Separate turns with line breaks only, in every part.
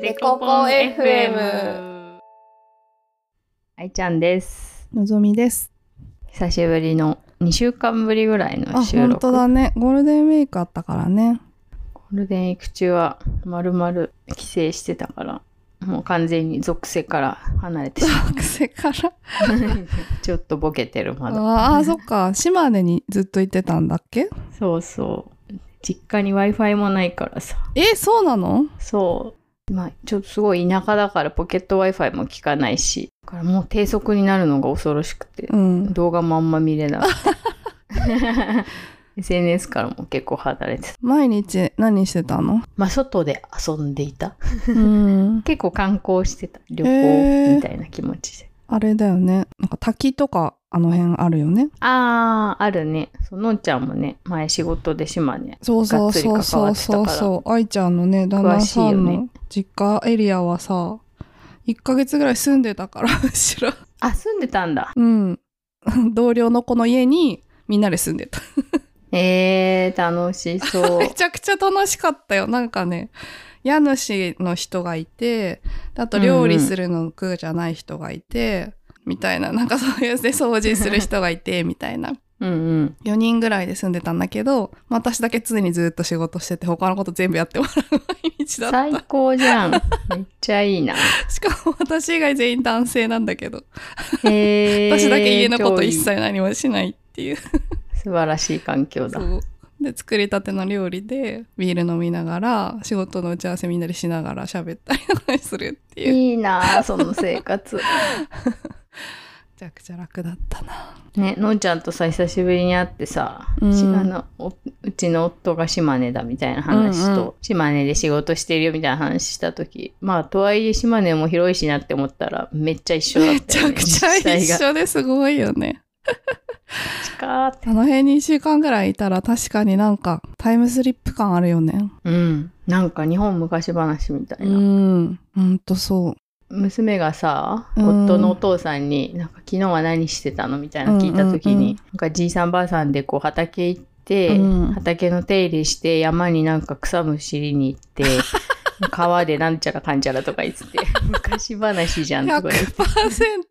デコポン FM。
愛ちゃんです。
のぞみです。
久しぶりの2週間ぶりぐらい
あ、
の収
本
録。
当だね。ゴールデンウィークあったからね。
ゴールデンウィーク中はまるまる帰省してたから、もう完全に属性から離れてしま
癖から。
う。ちょっとボケてるまだ。
ああ、そっか。島根にずっと行ってたんだっけ
そうそう。実家に Wi-Fi もないからさ。
え、そうなの
そう。まあ、ちょっとすごい田舎だからポケット Wi-Fi も効かないし、だからもう低速になるのが恐ろしくて、
うん。
動画もあんま見れなくて。SNS からも結構離れてた。
毎日何してたの
まあ、外で遊んでいた。
うん。
結構観光してた。旅
へ
行
ー
みたいな気持ちで。
あれだよね。なんか滝とかあの辺あるよね。
あー、あるね。そうのんちゃんもね、前仕事で島根。
そうそうそうそ
がっ
う
つり関わ
そ
っ
う
てた
そう。愛ちゃんのね、旦那さん
詳しいよね
の実家エリアはさ、1ヶ月ぐらい住んでたから、 むしろ。
あ、住んでたんだ。
うん。 同僚の子の家にみんなで住んでた。
えー、楽しそう
め。ちゃくちゃ楽しかったよ。なんかね、家主の人がいて、あと料理するの苦じゃない人がいて、みたいな、なんかそういうで掃除する人がい て、みたいな。
うんうん。
4人ぐらいで住んでたんだけど、まあ私だけ常にずっと仕事してて、他のこと全部やってもらう毎日だっ
最高じゃん。めっちゃい いな。
た。しかも私以外全員男性なんだけど、
えー、
私だけ家のこと一
超い
切何もしないっていう。
い素晴らしい環境だ。
そうで作りたての料理でビール飲みながら仕事の打ち合わせみんなでしながら喋ったりとかするっていうめ
いいなその生活。
ちゃくちゃ楽だったな
ね、のんちゃんとさ、久しぶりに会ってさ、
うん
しあのおうちの夫が島根だみたいな話と、
うんうん
島根で仕事してるよみたいな話した時、まあ、とはいえ島根も広いしなって思ったら、めっちゃ一緒だったよ、ね。
めちゃくちゃ一
実際が
緒ですごいよね
近っ
あの辺に1週間ぐらいいたら確かになんかタイムスリップ感あるよね
うん。なんか日本昔話みたいうな。
んほんとそう
娘がさ、
うん
夫のお父さんに、なんか昨日は何してたのみたいなの聞いた時に、
うんうんうん
なんかじいさんばあさんでこう畑行って、
うん
畑の手入れして山になんか草むしりに行って 川でなんちゃらかんちゃらとか言ってて昔話じゃんとか言って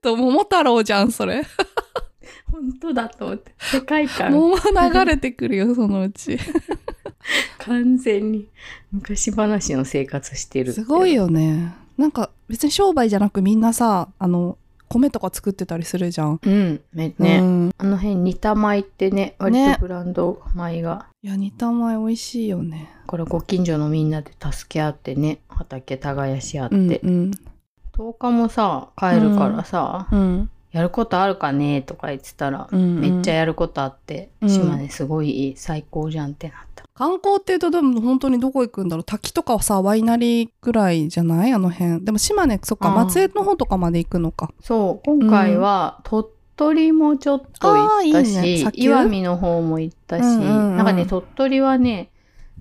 100%桃太郎じゃんそれ
本当だと思って世界観
桃流れてくるよそのうち
完全に昔話の生活してる
すごい
よ
よねなんか別に商売じゃなくみんなさあの米とか作ってたりするじゃん
うんめね、
うん
あの辺似た米ってね割
ね
とブランド米が、
いや、煮たまえ美味しいよね。
これご近所のみんなで助け合ってね畑耕し合って、
うん、うん。
10日もさ帰るからさ、
うん。
やることあるかねとか言ってたら、
うん
めっちゃやることあって、
うん
島根すごいいい最高じゃんってなった。
観光っていうと、でも本当にどこ行くんだろう。滝とかはさ、ワイナリーぐらいじゃないあの辺。でも島根、そっか、
あー
松江の方とかまで行くのか。
そう、今回は鳥取もちょっと行ったし、
あーいいね砂丘
岩見の方も行ったし、
うんうんうん
なんかね、鳥取はね、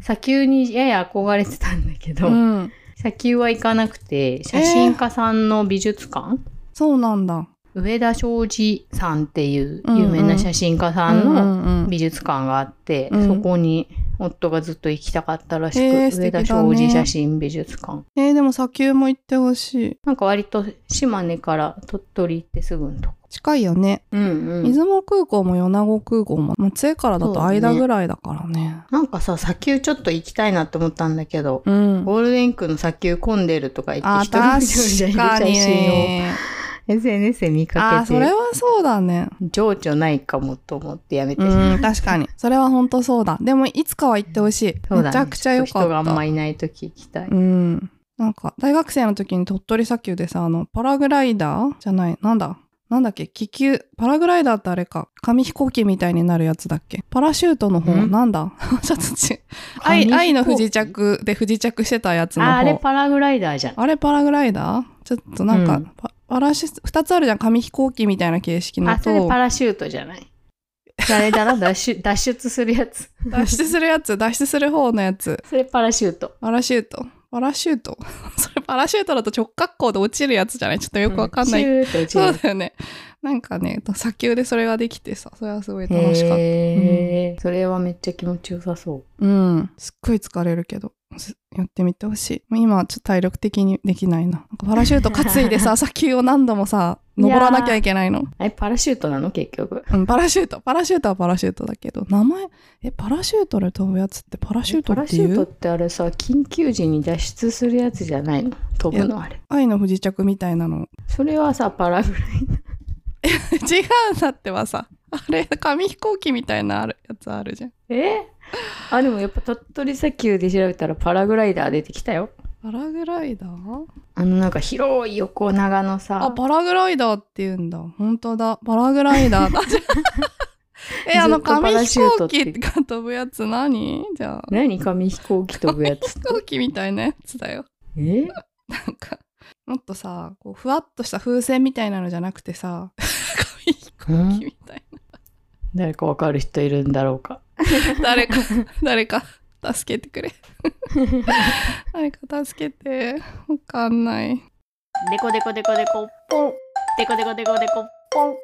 砂丘にやや憧れてたんだけど、
ん。
砂丘は行かなくて、写真家さんの美術館、
そうなんだ。
上田昌司さんっていう有名な写真家さん
う
の
んうんうん
美術館があって、
うん
そこに夫がずっと行きたかったらしく、
へー素
上
敵
田
だね
昌司写真美術館
えー、でも砂丘も行ってほしい。
なんか割と島根から鳥取行ってすぐのとこ
近いよね。
うんう
出
ん
雲空港も米子空港も、松江からだと間ぐらいだからね。
なんかさ砂丘ちょっと行きたいなって思ったんだけど、
うん。
ゴールデンウィークの砂丘混んでるとか言っ
あ
て 人がめちゃめちゃい
ー、確
る
かに
写真を
ね。
SNS で見
あ
か
ー、
け
それ
て
はそうだね。
情緒ないかもと思ってやめて、
うん、確かに。それは本当そうだ。でも、いつかは行ってほしい。
そうだね
めちゃくちゃ良か
ょと
った。
人があんまいない時行きたい、
うん。なんか、大学生の時に鳥取砂丘でさ、あの、パラグライダーじゃない、なんだなんだっけ気球。パラグライダーってあれか。紙飛行機みたいになるやつだっけパラシュートの方、
ん
なんだ ちょっと違う。
紙飛
愛
行機
愛の不時着で不時着してたやつの方。
ああれパラグライダーじゃん
あれパラグライダーちょっとなんか、
うん
パパラシュ二つあるじゃん。紙飛行機みたいな形式の
あ、それ
と
パ、ラシュートじゃない。あれだな、脱出 脱出するやつ。
脱出するやつ、脱出する方のやつ。
それパラシュート。
パラシュート。パラシュート それパラシュートだと直角行で落ちるやつじゃないちょっとよくわかんない。
うんシュート落ち
そ
る
うだよね。なんかね、砂丘でそれができてさ、それはすごい楽しかった。
へーそれはめっちゃ気持ちよさそう。
うん。すっごい疲れるけど。やってみてほしい。もう今、ちょっと体力的にできないな。なんかパラシュート担い でさ、砂丘を何度もさ、登らなきゃいけないの。
あれ、パラシュートなの結局。
うん、パラシュート。パラシュートはパラシュートだけど、名前、え、パラシュートで飛ぶやつってパラシュート
パ
っ
ラ
て
シュ
い
ートっ
う
てあれさ、緊急時に脱出するやつじゃないの飛ぶのあれ。
愛の不時着みたいなの。
それはさ、パラグライ
違うんだってばさ。あれ、紙飛行機みたいなあるやつあるじゃん。
ダー。えあ、でもやっぱ鳥取砂丘で調べたらパラグライダー出てきたよ。
パラグライダー
あのなんか広い横長の
あ、
さ、
パラグライダーって言うんだ。本当だ。パラグラ イダーだ。 じゃあえ、あ
ず
の
っとパ
紙
ラ
飛
シュート
行
って
機が飛ぶやつ何じゃあ。
何紙飛行機飛ぶやつ
飛。行機みたいなやつだよ。
え
なんか、もっとさ、こうふわっとした風船みたいなのじゃなくてさ、 紙飛行機みたい
誰かわかる人いるんだろうか。
な。誰か、誰か、助けてくれ。誰か助けて。わかんない。
デコデコデコデコポン。デコデコデコデコポン。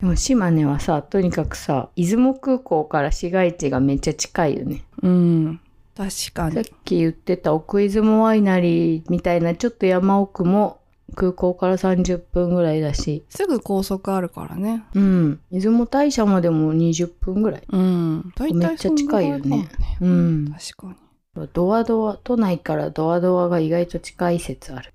でも島根はさ、とにかくさ、出雲空港から市街地がめっちゃ近いよね。
うん。確
さっ
かに。
き言ってた奥出雲ワイナリーみたいなちょっと山奥も空港から30分ぐらいだし、
すぐ高速あるからね。
うん。出雲大社までも20分ぐらい。
うん。大体そんな
めっちゃ近いよね
ぐらかも
うん。
確かに。
ドアドア、都内からドアドアが意外と近い説ある。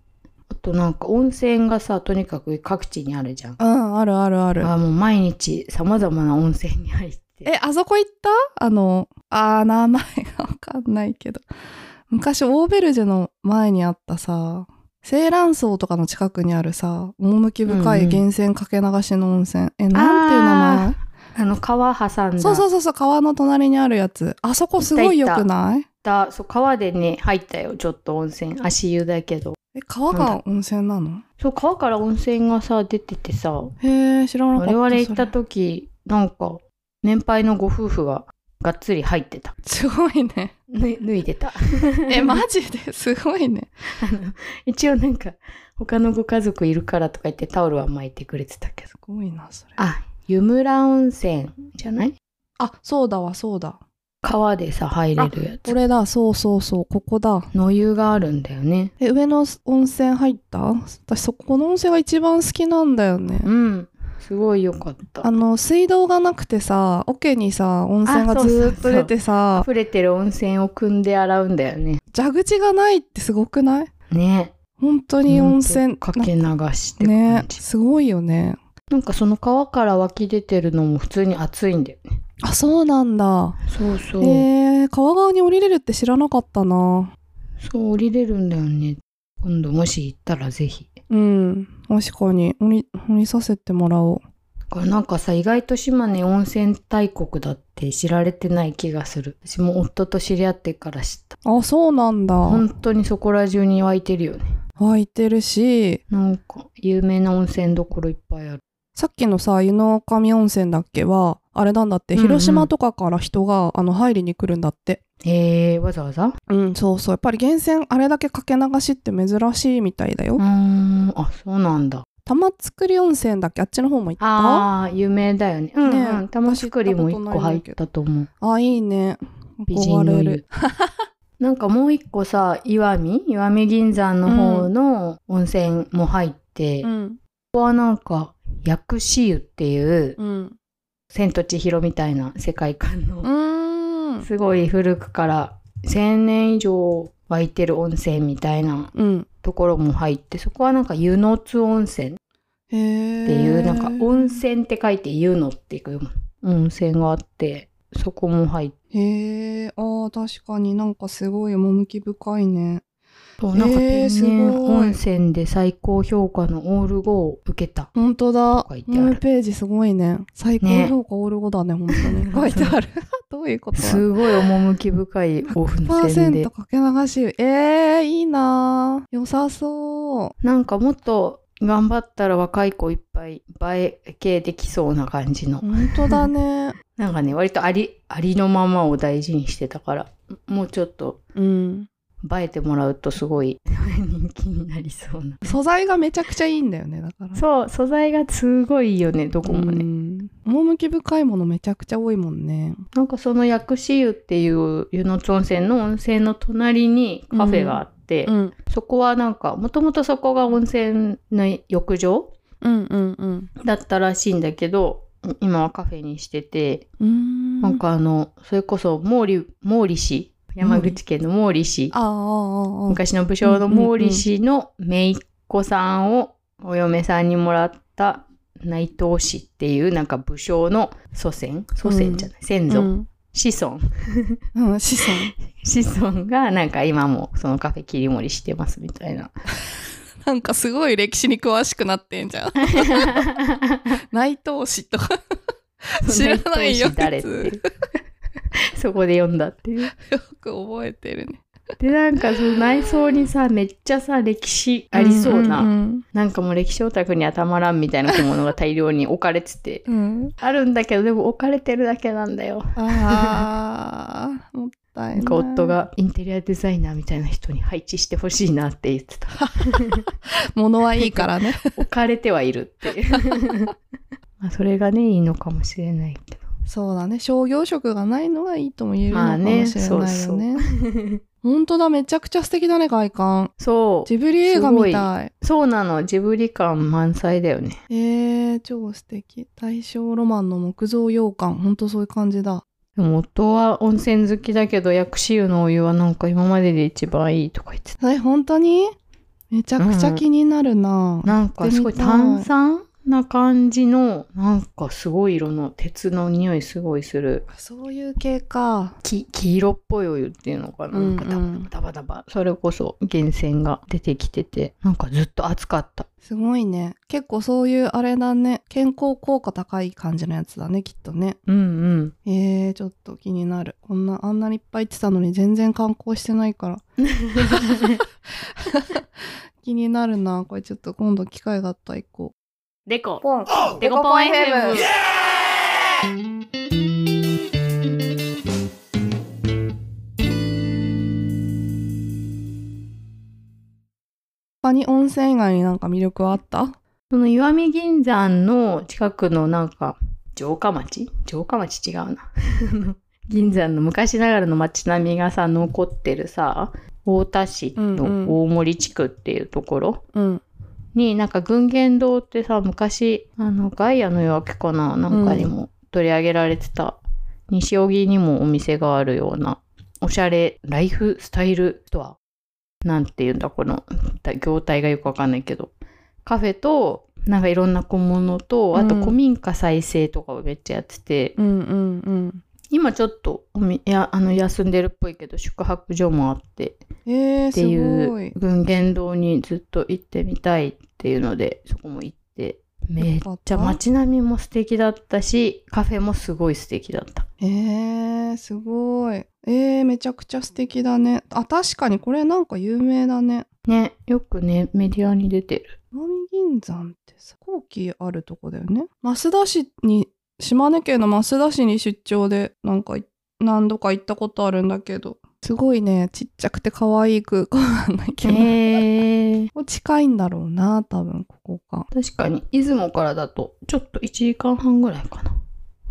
あとなんか温泉がさ、とにかく各地にあるじゃん。
うん、あるあるある。
あもう毎日様々な温泉に入って。
え、あそこ行ったあの、あー、名前がわかんないけど。昔、オーベルジュの前にあったさ、青蘭荘とかの近くにあるさ、趣深い
うんうん
源泉かけ流しの温泉。え、なんていう名前
あの川挟んだ。
そうそうそうそう、川の隣にあるやつ。あそこすごい良くない
だそう川でね、入ったよ。ちょっと温泉。足湯だけど。
え、川
なん
が温泉なの
そう、川から温泉がさ、出ててさ、
へえ、知らなかっ
我
た。
々行った
それ
時、なんか、年配のご夫婦ががっつり入ってた。
すごい ね。
ぬ脱いでた。
え、マジですごいね。
あの一応なんか他のご家族いるからとか言ってタオルは巻いてくれてたけど
すごいな、それ。
あ湯村温泉じゃない
あ、そうだわ、そうだ。
川でさ入れるや
こ
つ
れだ、そうそうそう、ここだ。
の湯があるんだよね
え、上の温泉入った私そこの温泉が一番好きなんだよね。
うんすごいよかった
あの、水道がなくてさ、桶にさ、温泉が
あそうそうそう
ずーっと出てさ、
溢れてる温泉を汲んで洗うんだよね
蛇口がないってすごくない
ね
本当に温泉。
かけ流しって
なね
感、じ、
すごいよね。
なんかその川から湧き出てるのも普通に熱いんだよね
あ、そうなんだ。
そうそう、
えー、川側に降りれるって知らなかったな。
そう降りれるんだよね今度もし行ったらぜひ
うん、確かに。降り、降りさせてもらおう。
これなんかさ意外と島根温泉大国だって知られてない気がする私も夫と知り合ってから知った
あ、そうなんだ。
本当にそこら中に湧いてるよね
湧いてるし、
なんか有名な温泉どころいっぱいある
さっきのさ湯の神温泉だっけはあれなんだって、
うんうん
広島とかから人があの入りに来るんだって
えー、わざわざう
うんそうそうやっぱり源泉あれだけかけ流しって珍しいみたいだよ、
ーんあそうなんだ
玉造温泉だっけあっちの方も行った
あ
あ
あ有名だよねうん
ねえ
うん、玉造りも一個入ったと思う
いいね
美人の
憧れ
湯
る
なんかもう一個さ石見石見銀山の方の温泉も入って、
う
こ
ん
こはなんか薬師湯っていう
うん
千と千尋みたいな世界観
う
の、
ーん
すごい古くから1000年以上湧いてる温泉みたいな
うん
ところも入ってそこはなんか湯の津温泉っ
へえ
ていう、なんか温泉って書いて湯のっていう温泉があってそこも入って
へえあー確かになんかすごい趣深いね
そうなんか
え
天
ーすごい
然温泉で最高評価のオール5を受けた
本当だ。ホ
書いてある
ームページすごいね。最高
ね
評価オール5だね、 本当に。書いてある。 どういうこと
すごい趣深い温泉で
100%かけ流し。えー、いいなー良さそう。
なんかもっと頑張ったら若い子いっぱい映え系できそうな感じの
本当だ ね。
なんかね、割とあり、ありのままを大事にしてたから、もうちょっと
うん。
映えてもらうとすごい 人気になりそうな。
素材がめちゃくちゃいいんだよね、だから。
そう、素材がすごいよね、どこも
う
ね。
ん
うん
趣深いものめちゃくちゃ多いもんね。
なんかその薬師湯っていう湯の津温泉の温泉の隣にカフェがあって、
ん、
そこはなんかもともとそこが温泉の浴場
うんうんうん
だったらしいんだけど今はカフェにしてて、
うーん
なんかあのそれこそ毛利毛利氏山口県の毛利氏、
ああああああ
昔の武将の毛利氏の姪っ子さんをお嫁さんにもらった内藤氏っていうなんか武将の祖先祖先じゃない、先祖、
うん
子孫
うん、子孫
子孫がなんか今もそのカフェ切り盛りしてますみたい な。
なんかすごい歴史に詳しくなってんじゃん 内藤氏とか知らないよ
内藤氏誰っていう そこで読んだっていう。
よく覚えてるね
でなんかその内装にさめっちゃさ歴史ありそうな、
んん
なんかもう歴史オタクにはたまらんみたいな小物が大量に置かれてて
うんうん
あるんだけどでも置かれてるだけなんだよ。
ああもった
な
いなんい
か夫がインテリアデザイナーみたいな人に配置してほしいなって言 ってた
物はいいか らね
置かれてはいるっていう まあそれがねいいのかもしれないけど
そうだね商業色がないのがいいとも言えるの
まあ
かもしれない
ね
よね,、本当だめちゃくちゃ素敵だね外観
そう
ジブリ映画みたい
そうなの、ジブリ感満載だよね。
えー、超素敵大正ロマンの木造洋館ほんとそういう感じだ
でも夫は温泉好きだけど、薬師湯のお湯はなんか今までで一番いいとか言ってた。
え本当にめちゃくちゃ気になるな、
なんかすごい
行ってみたい
炭酸な感じの、なんかすごい色の鉄の匂いすごいする。
そういう系か
き黄色っぽいお湯っていうのかな。なんかダ
う
バダ
んうん
バダバダバ。それこそ源泉が出てきてて、なんかずっと熱かった。
すごいね結構そういうあれだね健康効果高い感じのやつだねきっとね
うんうん。
えー、ちょっと気になるこんなあんなにいっぱい行ってたのに全然観光してないから気になるなこれちょっと今度機会があったら行こ
デコ
ポン。
デコポン FM
う他に温泉以外になんか魅力はあった
その石見銀山の近くのなんか城下町城下町違うな。 銀山の昔ながらの町並みがさ残ってるさ太田市
うんうん
の大森地区っていうところ
うん
に、なんか群言堂ってさ昔あのガイアの夜明けかななんかにも取り上げられてた、西荻にもお店があるようなおしゃれライフスタイルストアなんていうんだこの業態がよくわかんないけどカフェとなんかいろんな小物とあと
うん
古民家再生とかをめっちゃやってて、
うんうんうん
今ちょっとおみいやあの休んでるっぽいけど宿泊所もあって
えー、
って
す
い
ご
う
い
群言堂にずっと行ってみたいっていうのでそこも行ってめっちゃ
よかった
街並みも素敵だったしカフェもすごい素敵だった
えー、すごいえー、めちゃくちゃ素敵だねあ確かにこれなんか有名だね
ねよくねメディアに出てる
南銀山ってさ後期あるとこだよね増田市に島根県の増田市に出張でなんかい何度か行ったことあるんだけどすごいねちっちゃくて可愛い空間なんだけど、
へえ
ここ近いんだろうな多分ここが
確かに出雲からだとちょっと1時間半ぐらいかな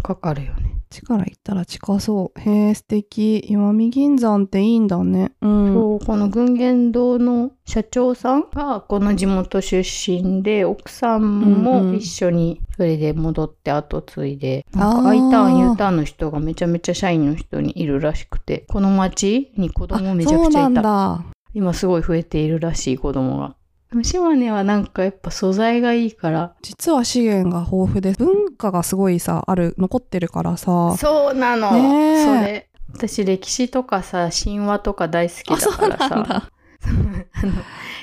かかるよね
こっちから行ったら近そうへえ素敵石見銀山っていいんだねうん
そうこの群言堂の社長さんがこの地元出身で奥さん
うんう
も
ん
一緒にそれで戻って後継いで、
あー
I ターン U ターンの人がめちゃめちゃ社員の人にいるらしくてこの町に子供めちゃくちゃ
あそう
い
な
た
んだ
今すごい増えているらしい子供が。でも島根はなんかやっぱ素材がいいから
実は資源が豊富で文化がすごいさある残ってるからさ
そうなの、
ねえ
それ私歴史とかさ神話とか大好きだから
あそうな
さ
んだ
あの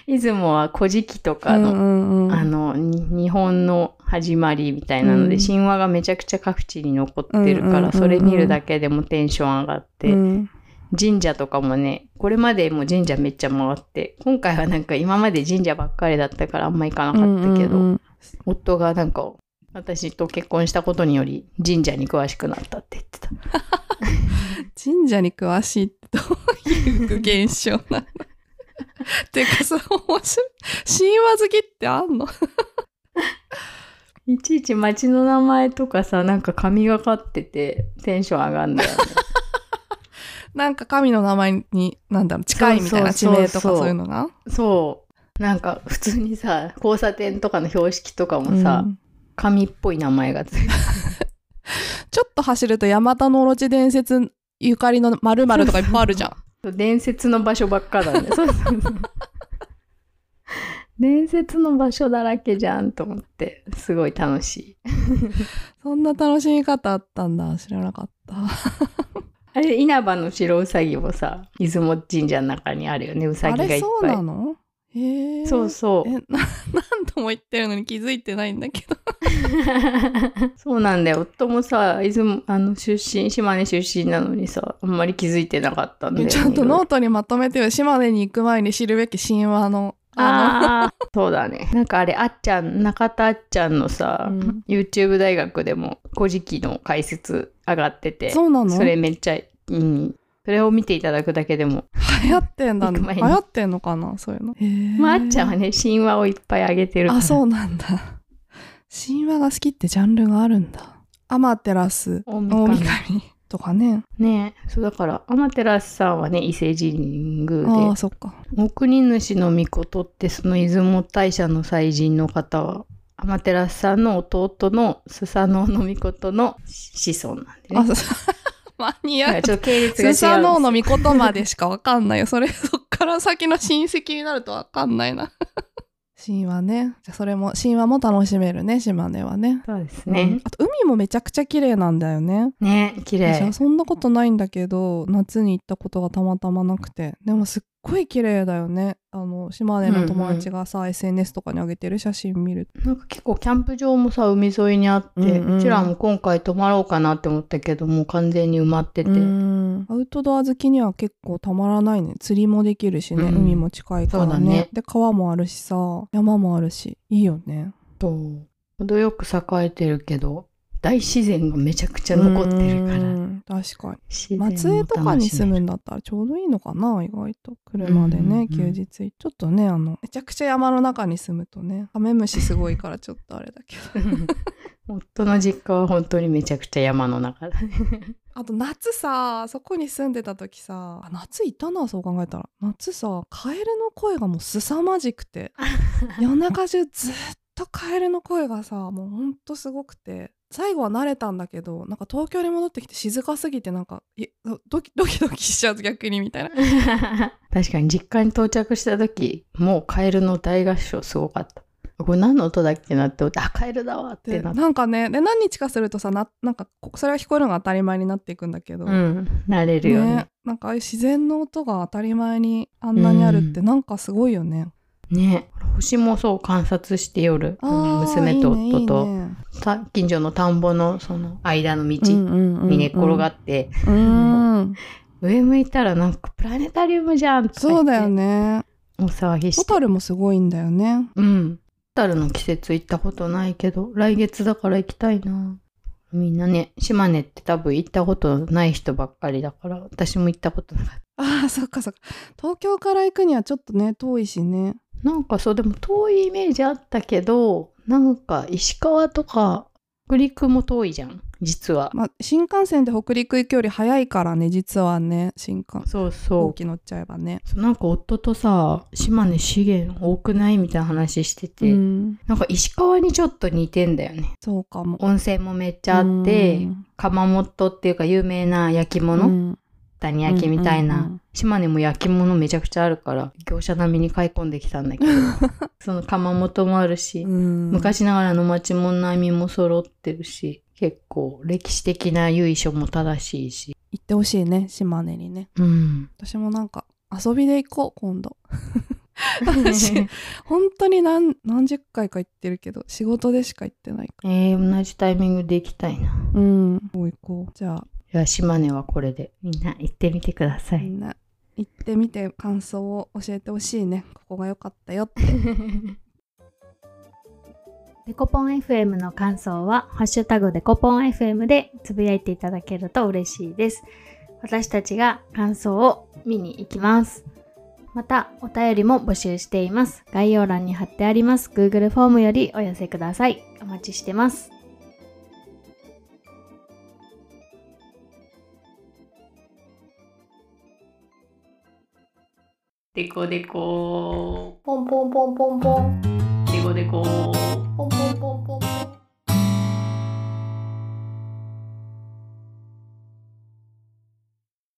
出雲は古事記とかの
うんうんうん
あのに日本の始まりみたいなので、
うん
神話がめちゃくちゃ各地に残ってるから、
うんうんうんうん
それ見るだけでもテンション上がって、
うん
神社とかもねこれまでも神社めっちゃ回って今回はなんか今まで神社ばっかりだったからあんま行かなかったけど、
うんうんうん
夫がなんか私と結婚したことにより神社に詳しくなったって言ってた。
神社に詳しいってどういう現象なのてかさ面白い神話好きってあんの
いちいち町の名前とかさ、なんか神がかっててテンション上がん だよね。
なんか神の名前に、なんだろう、近いみたいな地
そうそうそう
名
そ
と
う
かそういうのが
そう。なんか普通にさ、交差点とかの標識とかもさ、
うん
神っぽい名前がついて
ちょっと走ると山田のオロチ伝説ゆかりの〇〇とかいっぱいあるじゃん。
る。伝説の場所ばっかだ ね。そうそうそう。伝説の場所だらけじゃんと思って、すごい楽しい。
そんな楽しみ方あったんだ。知らなかった。
あれ、稲葉の白うさぎもさ、出雲神社の中にあるよね、うさぎ
あ
がいっぱ
れ
い。
そうなのへえ。
そうそう
え、な、 何度も言ってるのに気づいてないんだけど。
そうなんだよ。夫もさ、出雲、あの、出身、島根出身なのにさ、あんまり気づいてなかったんだよ、ね。
ちゃんとノートにまとめてよ。島根に行く前に知るべき神話の。の、
あー そうだね。なんかあれ、あっちゃん、中田あっちゃんのさ、
うん
YouTube 大学でも、古事記の解説上がってて、
そうなの
それめっちゃ、うん。それを見ていただくだけでも。
流行ってんだ、
行く前
ね、
に
流行ってんのかなそういうの。へえ。
まあ、あっちゃんはね、神話をいっぱいあげてるから。
あ、そうなんだ。神話が好きってジャンルがあるんだ。アマテラス、
大
大
神
神とかね。
ねそうだから、アマテラスさんはね、伊勢神宮で、
ああ、そっか。
お国主の御事ってその出雲大社の祭神の方は天照さんの弟のスサノオノミコトの子孫なんで
あ、
ね。
そ マニ
だか
ア
ら
ッ
ちょっと系列が違う
ク。
ん
スサノオの
です
御事までしかわかん ないよ。それ、そっから先の親戚になるとわかんないな。神話ね。じゃあそれも、神話も楽しめるね、島根はね。
そうです
う
ね
ん。あと、海もめちゃくちゃ綺麗なんだよね。
ね綺麗
私そんなことないんだけど夏に行ったことがたまたまなくてでもすっごい綺麗だよねあの島根の友達がさ、SNS とかに上げてる写真見る
なんか結構キャンプ場もさ海沿いにあって、う
うんうん
ちらも今回泊まろうかなって思ったけどもう完全に埋まって
と
て、
うんアウトドア好きには結構たまらないね釣りもできるしね、
うん
海も近いから
そうだ
ね
ね
で川もあるしさ山もあるしいいよね
そう程よく栄えてるけど大自然がめちゃくちゃ残ってるから
うん確かに
自然を楽し
松
め
江
る
とかに 住むんだったらちょうどいいのかな意外と車でね、
うんうんうん
休日ちょっとねあのめちゃくちゃ山の中に住むとねカメムシすごいからちょっとあれだけど
夫の実家は本当にめちゃくちゃ山の 中だね。
あと夏さそこに住んでた時さあ夏いたなそう考えたら夏さカエルの声がもう凄まじくて 夜中中ずっとカエルの声がさもうほんとすごくて最後は慣れたんだけどなんか東京に戻ってきて静かすぎてなんかいドキドキドキしちゃう逆にみたいな
確かに実家に到着した時もうカエルの大合唱すごかった。これ何の音だっけなって思ってあカエルだわっ
で
てなって。
なんかねで何日かするとさななんかこそれが聞こえるのが当たり前になっていくんだけど、
うん、慣れるよね。
なんかああいう自然の音が当たり前にあんなにあるって
うん
なんかすごいよね、
ね星もそう観察して夜、あの
あー
娘と
いいね
夫と
いいね
た近所の田んぼのその間の道
うんうんうんうん
に寝っ転がって、
うん
上向いたらなんかプラネタリウムじゃんとか言って
そうだよね
お騒ぎし
ホ
て
タルもすごいんだよね
うん。タルの季節行ったことないけど、来月だから行きたいな。みんなね、島根って多分行ったことない人ばっかりだから、私も行ったことなかった。
ああそっかそっか東京から行くにはちょっとね遠いしね
なんかそう、でも遠いイメージあったけど、なんか石川とか北陸も遠いじゃん、実は。
まあ新幹線で北陸行くより早いからね実はね新幹
そう
飛
そ
行機乗っちゃえばね
う。そうなんか夫とさ、島根資源多くないみたいな話してて、
うん
なんか石川にちょっと似てんだよね。
そうかも
温泉もめっちゃあって、
うん
窯元っていうか有名な焼き物、
うん
ダニ焼きみたいな、
うんうんうん
島根も焼き物めちゃくちゃあるから業者並みに買い込んできたんだけ どその窯元もあるし、
うん
昔ながらの町も並みも揃ってるし結構歴史的な由緒も正しいし
行ってほしいね島根にね
うん
私もなんか遊びで行こう 今度私本当に何何十回か行ってるけど仕事でしか行ってないか
えー、同じタイミングで行きたいな
らうんもう行こうじゃあ
じゃあ島根はこれでみんな行ってみてくださ
み
い
んな行ってみて感想を教えてほしいねここが良かったよって
デコポン FM の感想は、ハッシュタグデコポン FM でつぶやいていただけると嬉しいです。私たちが感想を見に行きます。また、お便りも募集しています。概要欄に貼ってあります Google フォームよりお寄せください。お待待ちしてます。
デコデコ
ポンポンポンポンポン
デコデコ
ポンポンポンポンポン